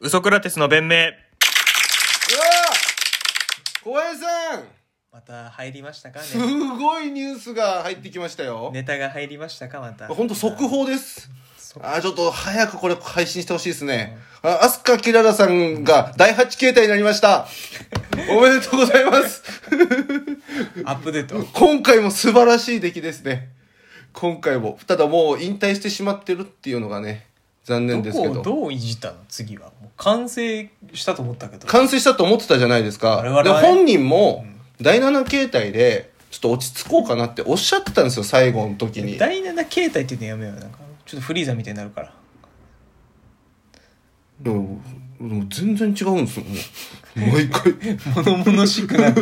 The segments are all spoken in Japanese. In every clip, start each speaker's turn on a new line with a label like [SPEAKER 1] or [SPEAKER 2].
[SPEAKER 1] ウソクラテスの弁明
[SPEAKER 2] うわー小林さん
[SPEAKER 1] また入りましたかね
[SPEAKER 2] すごいニュースが入ってきましたよ。
[SPEAKER 1] ネタが入りましたかまた
[SPEAKER 2] ほんと速報です。
[SPEAKER 1] 速
[SPEAKER 2] あー、ちょっと早くこれ配信してほしいですね。あ、アスカキララさんが第8形態になり ました。おめでとうございます。
[SPEAKER 1] アップデート
[SPEAKER 2] 今回も素晴らしい出来ですね。今回も。ただもう引退してしまってるっていうのがね、残念ですけ
[SPEAKER 1] どこを
[SPEAKER 2] ど。
[SPEAKER 1] どういじったの次はもう完成したと思ったけど
[SPEAKER 2] 完成したと思ってたじゃないですか
[SPEAKER 1] 我。々
[SPEAKER 2] で、
[SPEAKER 1] はね
[SPEAKER 2] 本人も第7形態で、ちょっと落ち着こうかなっておっしゃってたんですよ、最後の時に。
[SPEAKER 1] 第7形態っていうのやめようよなんかちょっとフリーザみたいになるから
[SPEAKER 2] でもでも全然違うんですよ、もう。毎回。
[SPEAKER 1] 物々しくなる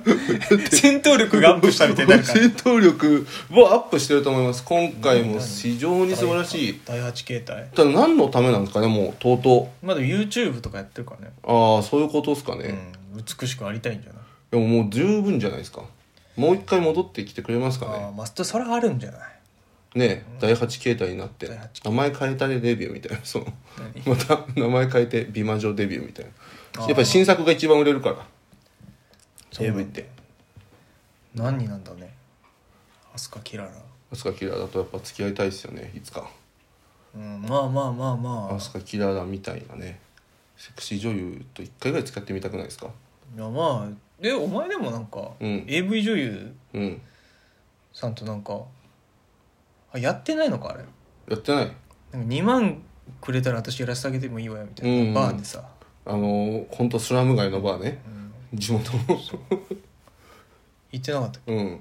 [SPEAKER 1] 戦闘力がアップしたみたいになる から
[SPEAKER 2] 戦闘力をアップしてると思います今回も非常に素晴らしい
[SPEAKER 1] 第8形態
[SPEAKER 2] ただ何のためなんですかねもうとうと
[SPEAKER 1] まだ YouTube とかやってるからね、
[SPEAKER 2] うああそういうことですか
[SPEAKER 1] う
[SPEAKER 2] ね、
[SPEAKER 1] ん、美しくありたいんじゃない
[SPEAKER 2] でももう十分じゃないですかもう一回戻ってきてくれますか
[SPEAKER 1] ああ
[SPEAKER 2] ね
[SPEAKER 1] まあそれあるんじゃない
[SPEAKER 2] ねえ第8形態になって
[SPEAKER 1] 第八
[SPEAKER 2] 名前変えたでデビューみたいなそのまた名前変えて美魔女デビューみたいな
[SPEAKER 1] あー
[SPEAKER 2] やっぱり新作が一番売れるから
[SPEAKER 1] そう
[SPEAKER 2] AV って
[SPEAKER 1] 何になんだろうねアスカキララ
[SPEAKER 2] アスカキララだとやっぱ付き合いたいですよねいつか
[SPEAKER 1] うんまあまあまあま
[SPEAKER 2] アスカキララみたいなねセクシー女優と一回ぐらい使ってみたくないですか
[SPEAKER 1] あいやまあでお前でもなんか、
[SPEAKER 2] うん
[SPEAKER 1] AV 女優
[SPEAKER 2] うん
[SPEAKER 1] さんとなんかあやってないのかあれ
[SPEAKER 2] やってない
[SPEAKER 1] なんか2万くれたら私やらせてあげてもいいわよみたいな、
[SPEAKER 2] うんうん
[SPEAKER 1] バーでさ、
[SPEAKER 2] あのー、本当スラム街のバーね
[SPEAKER 1] うん、
[SPEAKER 2] 地元の
[SPEAKER 1] 言ってなかった
[SPEAKER 2] うん、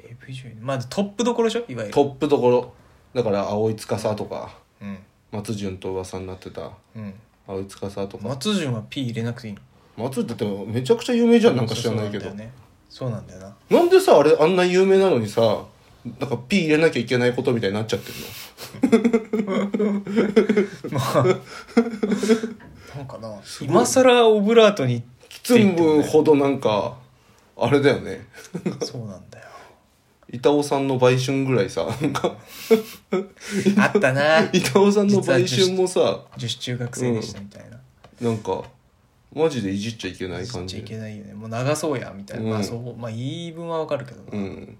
[SPEAKER 1] AV 女優まあトップどころでしょいわゆる
[SPEAKER 2] トップどころだから葵司とか
[SPEAKER 1] うん
[SPEAKER 2] 松潤と噂になってた
[SPEAKER 1] うん
[SPEAKER 2] 葵司とか
[SPEAKER 1] 松潤は P 入れなくていい
[SPEAKER 2] 松潤だってめちゃくちゃ有名じゃんなんか知らないけど
[SPEAKER 1] そう
[SPEAKER 2] な,、
[SPEAKER 1] んなんだよねそうなんだよ な
[SPEAKER 2] でさあれあんな有名なのにさなんか P 入れなきゃいけないことみたいになっちゃってるの
[SPEAKER 1] まあなんかな今更オブラートに
[SPEAKER 2] きつむほどなんかあれだよね
[SPEAKER 1] そうなんだよ
[SPEAKER 2] 板尾さんの売春ぐらいさなんか
[SPEAKER 1] あったな
[SPEAKER 2] 板尾さんの売春もさ
[SPEAKER 1] 女子中学生でしたみたいな、
[SPEAKER 2] なんかマジでいじっちゃいけない
[SPEAKER 1] 言
[SPEAKER 2] 感
[SPEAKER 1] っちゃい
[SPEAKER 2] じ
[SPEAKER 1] けないよねもう流そうやみたいな、
[SPEAKER 2] うん
[SPEAKER 1] まあそうまあ言い分はわかるけどな、
[SPEAKER 2] うん。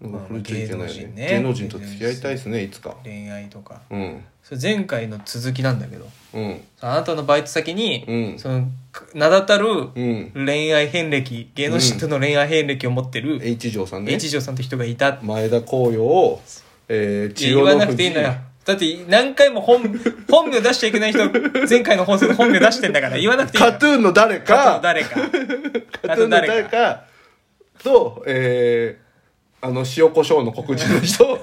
[SPEAKER 2] なんか
[SPEAKER 1] まあ
[SPEAKER 2] 触れちゃいけ
[SPEAKER 1] 芸能
[SPEAKER 2] ないよ
[SPEAKER 1] 人
[SPEAKER 2] ね
[SPEAKER 1] ね。
[SPEAKER 2] 芸能人と付き合いたいですね、いつか。
[SPEAKER 1] 恋愛とか
[SPEAKER 2] うん。
[SPEAKER 1] それ前回の続きなんだけど
[SPEAKER 2] うん。
[SPEAKER 1] あなたのバイト先に、
[SPEAKER 2] うん
[SPEAKER 1] その名だたる
[SPEAKER 2] うん。
[SPEAKER 1] 恋愛遍歴芸能人との恋愛遍歴を持ってる
[SPEAKER 2] H 城さんね。
[SPEAKER 1] H 城さんって人がいたって
[SPEAKER 2] 前田光陽を、えー、
[SPEAKER 1] いや言わなくていいの
[SPEAKER 2] 富
[SPEAKER 1] よ
[SPEAKER 2] 士。
[SPEAKER 1] だって何回も本、 本名出しちゃいけない人、前回の放送で本名出してんだから言わなくていいの
[SPEAKER 2] カ
[SPEAKER 1] よ。
[SPEAKER 2] トゥーンの誰
[SPEAKER 1] カ
[SPEAKER 2] か、
[SPEAKER 1] 誰か。
[SPEAKER 2] カトゥーンの誰かと、えー、あの、塩胡椒の黒人の 人。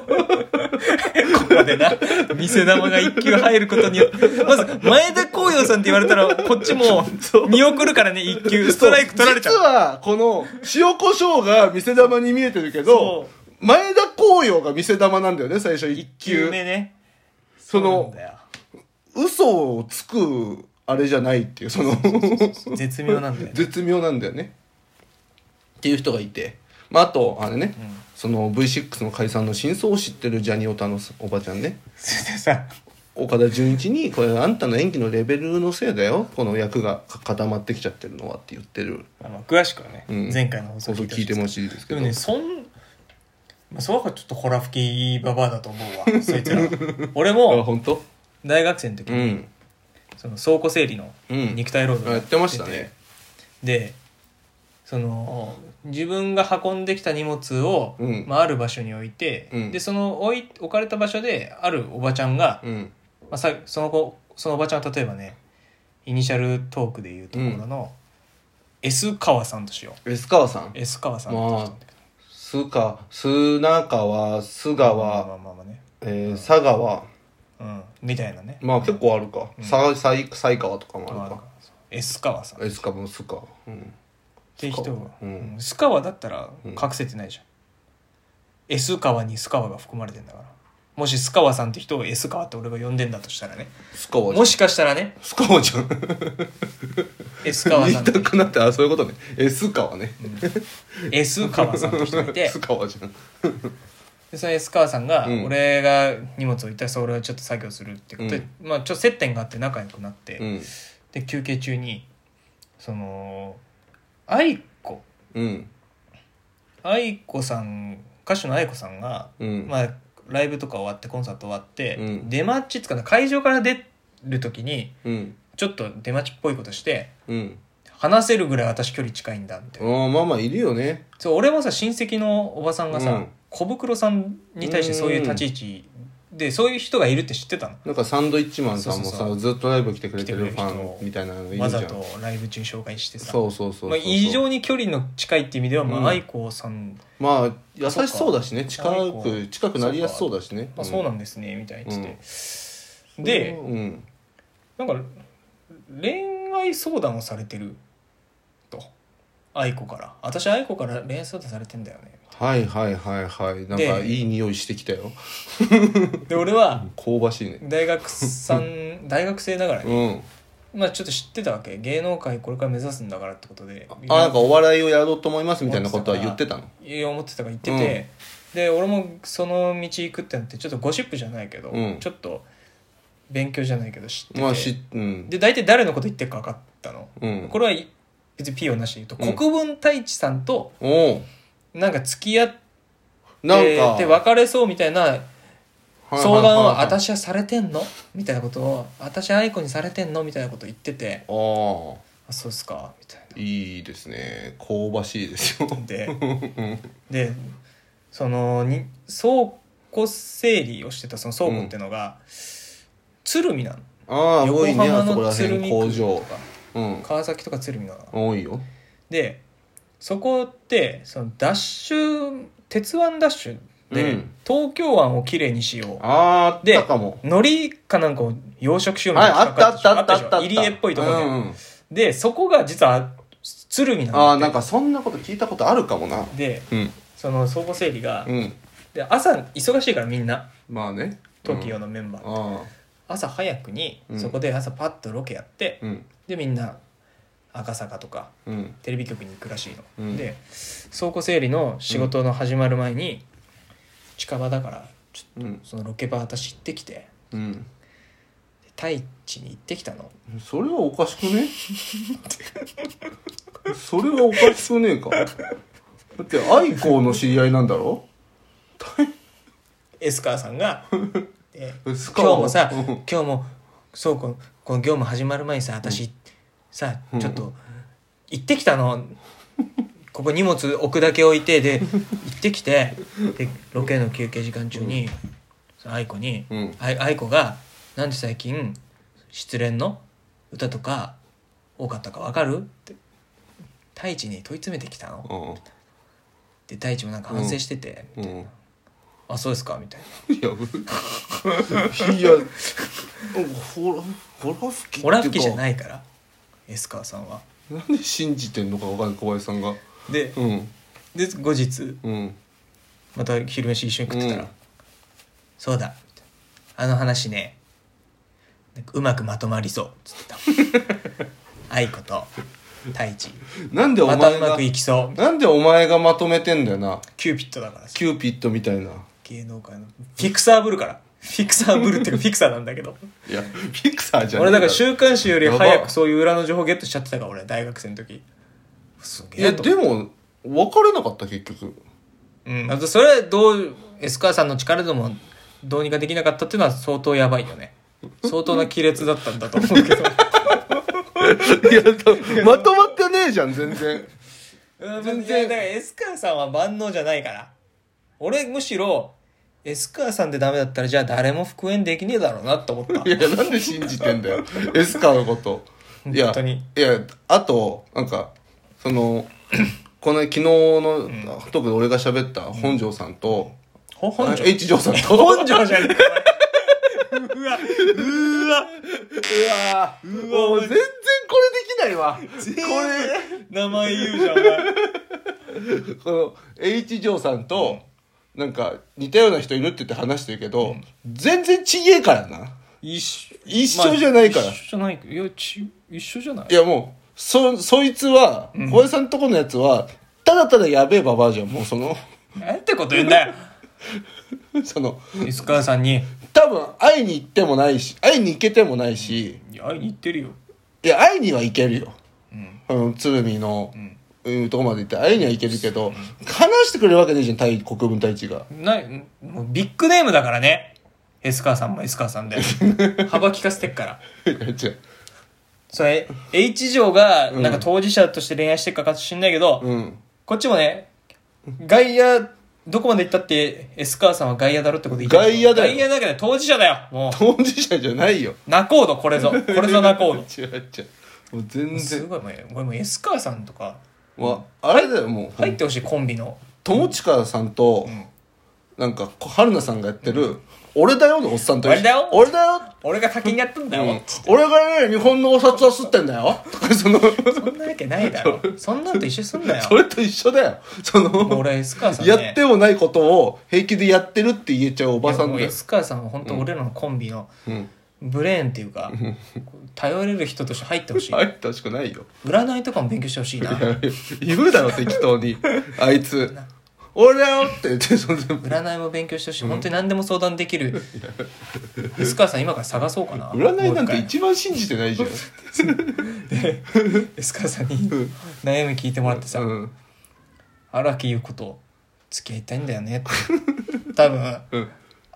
[SPEAKER 1] ここでな、店玉が一級入ることによって、まず、前田光陽さんって言われたら、こっちも見送るからね、一級。ストライク取られちゃ
[SPEAKER 2] 実
[SPEAKER 1] う。
[SPEAKER 2] は、この、塩胡椒が見せ玉に見えてるけど
[SPEAKER 1] そ、
[SPEAKER 2] 前田光陽が見せ玉なんだよね、最初一級。
[SPEAKER 1] 1目ね。そ
[SPEAKER 2] そ
[SPEAKER 1] うなん
[SPEAKER 2] の、
[SPEAKER 1] だよ
[SPEAKER 2] 嘘をつく、あれじゃないっていう、その、
[SPEAKER 1] 絶妙なんだよね。
[SPEAKER 2] 絶妙なんだよねっていう人がいて、まあ、あとあれね、その V6 の解散の真相を知ってるジャニオタのおばちゃんね
[SPEAKER 1] それでさ、
[SPEAKER 2] 岡田准一に「これあんたの演技のレベルのせいだよこの役が固まってきちゃってるのは」って言ってる
[SPEAKER 1] あの詳しくはね、
[SPEAKER 2] うん
[SPEAKER 1] 前回の放送
[SPEAKER 2] こと聞いて
[SPEAKER 1] ほしい
[SPEAKER 2] ほしいですけ
[SPEAKER 1] で
[SPEAKER 2] ど
[SPEAKER 1] もね、そん、まあ、その子はちょっとホラ吹きババアだと思うわ、そいつら。俺
[SPEAKER 2] あ
[SPEAKER 1] も、
[SPEAKER 2] 本当
[SPEAKER 1] 大学生の時
[SPEAKER 2] う
[SPEAKER 1] に、
[SPEAKER 2] ん
[SPEAKER 1] その倉庫整理の
[SPEAKER 2] うん
[SPEAKER 1] 肉体労働
[SPEAKER 2] あやってましたね
[SPEAKER 1] でその自分が運んできた荷物を、
[SPEAKER 2] うん
[SPEAKER 1] まあ、ある場所に置いて、
[SPEAKER 2] うん
[SPEAKER 1] でその置い置かれた場所であるおばちゃんが、
[SPEAKER 2] うん
[SPEAKER 1] まあ、さその子そのおばちゃんは例えばねイニシャルトークでいうところの、S 川さんとしよう
[SPEAKER 2] 安川さん
[SPEAKER 1] S 川さん
[SPEAKER 2] まあ
[SPEAKER 1] と
[SPEAKER 2] 須川砂川須
[SPEAKER 1] まあ
[SPEAKER 2] 川、
[SPEAKER 1] まあまあまあね、
[SPEAKER 2] えー佐川
[SPEAKER 1] うん、みたいなね、
[SPEAKER 2] まあ結構あるか、ささ犀川とかもある
[SPEAKER 1] ま
[SPEAKER 2] か
[SPEAKER 1] あ、S 川さんっ
[SPEAKER 2] エスカもスカ。うん。
[SPEAKER 1] て人が、
[SPEAKER 2] うん
[SPEAKER 1] うん、S 川だったら隠せてないじゃん、S 川にス川が含まれてんだからもしス川さんって人を S 川って俺が呼んでんだとしたらね
[SPEAKER 2] スカワじゃ
[SPEAKER 1] も
[SPEAKER 2] ん。
[SPEAKER 1] しかしたらね、
[SPEAKER 2] スカワじゃん。
[SPEAKER 1] S 川
[SPEAKER 2] 言
[SPEAKER 1] さ
[SPEAKER 2] い
[SPEAKER 1] んと
[SPEAKER 2] た、くなって、あ、そういうことね。エスカワね。
[SPEAKER 1] S 川さんと人がいて
[SPEAKER 2] ス、カワじゃん。
[SPEAKER 1] でその安川さんが、
[SPEAKER 2] うん
[SPEAKER 1] 俺が荷物置いたらそれはちょっと作業するってことで、まあちょっと接点があって仲良くなって、
[SPEAKER 2] うん
[SPEAKER 1] で休憩中にその愛子
[SPEAKER 2] うん
[SPEAKER 1] 愛子さん歌手の愛子さんが、
[SPEAKER 2] うん
[SPEAKER 1] まあライブとか終わってコンサート終わって、
[SPEAKER 2] うん
[SPEAKER 1] 出待ちっつうかな会場から出る時に
[SPEAKER 2] うん
[SPEAKER 1] ちょっと出待ちっぽいことして
[SPEAKER 2] うん
[SPEAKER 1] 話せるぐらい私距離近いんだみたいな、
[SPEAKER 2] ああまあまあいるよね
[SPEAKER 1] そう俺もさ親戚のおばさんがさ、
[SPEAKER 2] うん
[SPEAKER 1] 小袋さんに対してそういう立ち位置でそういう人がいるって知ってたの
[SPEAKER 2] なんかサンドイッチマンさんも
[SPEAKER 1] そうそうそ
[SPEAKER 2] さずっとライブ来てくれてる
[SPEAKER 1] 来て
[SPEAKER 2] フ
[SPEAKER 1] くれる
[SPEAKER 2] ァ
[SPEAKER 1] 人
[SPEAKER 2] ンみたいなのいるじゃ
[SPEAKER 1] わ
[SPEAKER 2] ん
[SPEAKER 1] ざとライブ中紹介してさ
[SPEAKER 2] そうそうそうそう
[SPEAKER 1] まあ、異常に距離の近いって意味では、ま
[SPEAKER 2] うん
[SPEAKER 1] あ、愛子さん
[SPEAKER 2] まあ優しそうだしね
[SPEAKER 1] そ
[SPEAKER 2] 近
[SPEAKER 1] っか
[SPEAKER 2] く近くなりやすそうだしね
[SPEAKER 1] あそうなんんですねみたいに言って、
[SPEAKER 2] うん
[SPEAKER 1] で
[SPEAKER 2] うん
[SPEAKER 1] なんか恋愛相談をされてると愛子から私愛子から恋愛相談されてんだよね
[SPEAKER 2] はいはいはいはいなんか
[SPEAKER 1] で
[SPEAKER 2] いい匂いしてきたよ
[SPEAKER 1] で俺は
[SPEAKER 2] 香ばしいね
[SPEAKER 1] 大学さ ん大学生ながらね、
[SPEAKER 2] うん
[SPEAKER 1] まあちょっと知ってたわけ芸能界これから目指すんだからってことで
[SPEAKER 2] あなんかお笑いをやろうと思いますみたいなことは言ってたの
[SPEAKER 1] いや思ってたから言ってて、で俺もその道行くってなってちょっとゴシップじゃないけど、
[SPEAKER 2] うん
[SPEAKER 1] ちょっと勉強じゃないけど知ってて、
[SPEAKER 2] まあしうん
[SPEAKER 1] で大体誰のこと言ってるか分かったの、
[SPEAKER 2] うん
[SPEAKER 1] これはい別にピーをなしで言うと、
[SPEAKER 2] うん
[SPEAKER 1] 国分太一さんと
[SPEAKER 2] おう
[SPEAKER 1] なんか付き合って
[SPEAKER 2] なんか
[SPEAKER 1] で別れそうみたいな相談を「
[SPEAKER 2] あ
[SPEAKER 1] 私はされてんの?」みたいなことを「私愛子にされてんの?」みたいなこと言ってて
[SPEAKER 2] あー
[SPEAKER 1] 「あそうっすか」みたい
[SPEAKER 2] いいですね香ばしいですよ
[SPEAKER 1] な。ででそのに倉庫整理をしてたその倉庫ってのが、鶴見なの
[SPEAKER 2] ああ多
[SPEAKER 1] 横
[SPEAKER 2] いね
[SPEAKER 1] 浜
[SPEAKER 2] あそこら
[SPEAKER 1] の鶴
[SPEAKER 2] 辺
[SPEAKER 1] 見
[SPEAKER 2] 工
[SPEAKER 1] 区と
[SPEAKER 2] 場
[SPEAKER 1] か
[SPEAKER 2] うん
[SPEAKER 1] 川崎とか鶴見なの。
[SPEAKER 2] 多いよ
[SPEAKER 1] でそこってそのダッシュ鉄腕ダッシュで、
[SPEAKER 2] うん
[SPEAKER 1] 東京湾をきれいにしよう
[SPEAKER 2] あああったかも
[SPEAKER 1] 海苔かなんかを養殖しようみ
[SPEAKER 2] は
[SPEAKER 1] た
[SPEAKER 2] い
[SPEAKER 1] いな
[SPEAKER 2] あったあったあったあった
[SPEAKER 1] あったでしょ入り江っぽいところで、
[SPEAKER 2] うんうん
[SPEAKER 1] でそこが実は鶴見な
[SPEAKER 2] ああ
[SPEAKER 1] んだ
[SPEAKER 2] な
[SPEAKER 1] っ
[SPEAKER 2] んかそんなこと聞いたことあるかもな
[SPEAKER 1] てで
[SPEAKER 2] うん
[SPEAKER 1] その倉庫整理が、
[SPEAKER 2] うん
[SPEAKER 1] で朝忙しいからみんな
[SPEAKER 2] まあね
[SPEAKER 1] TOKIO のメンバー、
[SPEAKER 2] ああ
[SPEAKER 1] 朝早くに、
[SPEAKER 2] うん
[SPEAKER 1] そこで朝パッとロケやって、
[SPEAKER 2] うん
[SPEAKER 1] でみんな赤坂とか
[SPEAKER 2] うん
[SPEAKER 1] テレビ局に行くらしいの、
[SPEAKER 2] うん
[SPEAKER 1] で倉庫整理の仕事の始まる前に、近場だからちょっ
[SPEAKER 2] うん
[SPEAKER 1] とそのロケ場私行ってきて
[SPEAKER 2] うん
[SPEAKER 1] 太一に行ってきたの
[SPEAKER 2] それはおかしく ねそれはおかしくねえかだって愛子の知り合いなんだろ
[SPEAKER 1] エスカーさん がで今
[SPEAKER 2] 今
[SPEAKER 1] 日もさ、
[SPEAKER 2] うん
[SPEAKER 1] 今日もそうこのこの業務始まる前にさ私、さ
[SPEAKER 2] うん
[SPEAKER 1] ちょっと行ってきたのここ荷物置くだけ置いてで行ってきてでロケの休憩時間中に、その愛子に、
[SPEAKER 2] うん
[SPEAKER 1] あい愛子が「なんで最近失恋の歌とか多かったか分かる?」って太一に問い詰めてきたの。で太一もなんか反省してて「
[SPEAKER 2] うんうん
[SPEAKER 1] あそうですか」みたいな。
[SPEAKER 2] いや、いや、ほら、ほら吹き。。
[SPEAKER 1] オラフキじゃないいからエスカーさんは。
[SPEAKER 2] なんで信じてんのかわかんない、小林さんが。
[SPEAKER 1] で
[SPEAKER 2] うん、
[SPEAKER 1] で後日
[SPEAKER 2] うん、
[SPEAKER 1] また昼飯一緒に食ってたら「
[SPEAKER 2] うん
[SPEAKER 1] そうだ」みたいなあの話ねなんかうまくまとまりそう」つってた 愛子と太一
[SPEAKER 2] なんでお
[SPEAKER 1] また
[SPEAKER 2] 前
[SPEAKER 1] うま
[SPEAKER 2] が
[SPEAKER 1] く。いきそう
[SPEAKER 2] なんでお前がまとめてんだよな。
[SPEAKER 1] キューピッドだからさ
[SPEAKER 2] キューピッドみたいな。
[SPEAKER 1] 芸能界のフィクサーぶるからフィクサーぶるっていうかフィクサーなんだけど
[SPEAKER 2] いや、ピクサーじゃねえ
[SPEAKER 1] 俺だから週刊誌より
[SPEAKER 2] や
[SPEAKER 1] 早
[SPEAKER 2] ば
[SPEAKER 1] くそういう裏の情報ゲットしちゃってたから俺大学生の時す
[SPEAKER 2] い
[SPEAKER 1] げ
[SPEAKER 2] や、
[SPEAKER 1] えと思って
[SPEAKER 2] でも、別れなかった、結局。
[SPEAKER 1] うん、あとそれはどうエスカーさんの力でもどうにかできなかったっていうのは相当やばいよね相当な亀裂だったんだと 思うけど
[SPEAKER 2] いや、まとまってねえじゃん、全然。
[SPEAKER 1] 全
[SPEAKER 2] 全然
[SPEAKER 1] 然だからエスカーさんは万能じゃないから俺むしろエスカーさんでダメだったらじゃあ誰も復縁できねえだろうなと思った
[SPEAKER 2] いや、なんで信じてんだよ。エスカーのこと。いや、
[SPEAKER 1] 本当に
[SPEAKER 2] いや、あと、なんか、その、 この昨日の、特に俺が喋った本庄さんと、
[SPEAKER 1] ほ
[SPEAKER 2] あ
[SPEAKER 1] 本庄
[SPEAKER 2] H 城さんと、
[SPEAKER 1] 本庄じゃねえかお前うわうわ
[SPEAKER 2] うわもう全然これできないわ。こ
[SPEAKER 1] 名前言うじゃんお前
[SPEAKER 2] れ、この H 城さんと、なんか、似たような人いるって言って話してるけど、全然ちげえからな。
[SPEAKER 1] 一緒
[SPEAKER 2] 一緒じゃないから
[SPEAKER 1] まあ一緒じゃないいやち一緒じゃない
[SPEAKER 2] いやもう、そ、そいつは、小林さんとこのやつは、ただただやべえババアじゃん、もうその。
[SPEAKER 1] なんてこと言うんだよ
[SPEAKER 2] その
[SPEAKER 1] 安川さんに
[SPEAKER 2] 多分会いに行ってもないし会いに行けてもないし
[SPEAKER 1] 「いや会いに行ってるよ
[SPEAKER 2] いや会いには行けるよ」
[SPEAKER 1] うん
[SPEAKER 2] あの鶴見の
[SPEAKER 1] うん
[SPEAKER 2] うんとこまで行って会いには行けるけど話してくれるわけねえじゃん対国分太 一が
[SPEAKER 1] ないもうビッグネームだからねエスカーさんもエスカーさん で幅利かせてっから
[SPEAKER 2] 違う
[SPEAKER 1] それ H 城がなんか当事者として恋愛してっかかしんないけど、
[SPEAKER 2] うん
[SPEAKER 1] こっちもね外野どこまで行ったってエスカーさんは外野だろってこと言ってる
[SPEAKER 2] 外野だよ
[SPEAKER 1] 外野だけど当事者だよも
[SPEAKER 2] 当事者じゃないよ
[SPEAKER 1] う仲人これ ぞこれぞ仲人
[SPEAKER 2] 違う違うもう全
[SPEAKER 1] す
[SPEAKER 2] 然
[SPEAKER 1] ごいもう俺もうエスカーさんとか
[SPEAKER 2] わあれだよもう
[SPEAKER 1] 入ってほしいコンビの
[SPEAKER 2] 友近さんと、
[SPEAKER 1] ん
[SPEAKER 2] なんかこ春菜さんがやってる、俺だよのおっさんと一緒
[SPEAKER 1] 俺だよ
[SPEAKER 2] 俺だよ
[SPEAKER 1] 俺が先にやったんだ
[SPEAKER 2] う
[SPEAKER 1] よ
[SPEAKER 2] ん、俺がね日本のお札は吸ってんだよとかそ の
[SPEAKER 1] そんなわけないだ ろそんなんと一緒にすんなよ
[SPEAKER 2] それと一緒だよそ
[SPEAKER 1] もう
[SPEAKER 2] の
[SPEAKER 1] 俺エスカーさん、ね、
[SPEAKER 2] やってもないことを平気でやってるって言えちゃうおばさん
[SPEAKER 1] いやもう
[SPEAKER 2] だよ
[SPEAKER 1] エ、スカーさんは本当俺らのコンビの
[SPEAKER 2] うん、
[SPEAKER 1] ブレーンっていう か、頼れる人として入ってほしい
[SPEAKER 2] 入ってほしくないよ
[SPEAKER 1] 占いとかも勉強してほしいない
[SPEAKER 2] や言うだろ適当 にあいつ俺だよって言ってその
[SPEAKER 1] 占いも勉強してほしい、本当に何でも相談できるエスカーさん今から探そうかな
[SPEAKER 2] 占いなんて
[SPEAKER 1] もう一
[SPEAKER 2] 一番信じてないじゃ
[SPEAKER 1] 回エスカーさんに悩み聞いてもらってさ
[SPEAKER 2] ん、うん、
[SPEAKER 1] 荒木優子と付き合いたいんだよねって多分、
[SPEAKER 2] うん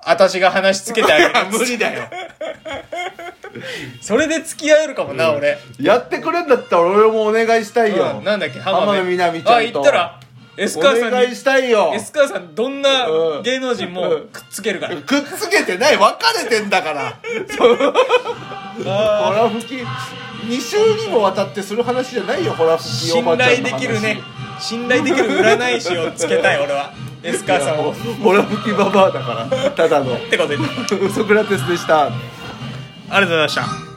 [SPEAKER 1] 私が話つけてあげる
[SPEAKER 2] 無理だよ
[SPEAKER 1] それで付き合えるかもな、俺
[SPEAKER 2] やってくれんだったら俺もお願いしたいよ、
[SPEAKER 1] うんなんだっけ
[SPEAKER 2] 浜辺美波ちゃんと
[SPEAKER 1] あ行ったらエスカーさ
[SPEAKER 2] お
[SPEAKER 1] ん
[SPEAKER 2] 願
[SPEAKER 1] に
[SPEAKER 2] いしたいよ
[SPEAKER 1] エスカーさんどんな
[SPEAKER 2] うん
[SPEAKER 1] 芸能人も
[SPEAKER 2] うん
[SPEAKER 1] くっつけるから、
[SPEAKER 2] くっつけてない別れてんだからホラ吹き2週にもわたってする話じゃないよホラ吹きお
[SPEAKER 1] 信
[SPEAKER 2] ばちゃん
[SPEAKER 1] 頼
[SPEAKER 2] の
[SPEAKER 1] で
[SPEAKER 2] 話
[SPEAKER 1] きるね信頼できる占い師をつけたい俺はエスカーさんをっ
[SPEAKER 2] ホラ吹き ババアだからただの
[SPEAKER 1] てことでありがとう
[SPEAKER 2] ソクラテスでした
[SPEAKER 1] ございました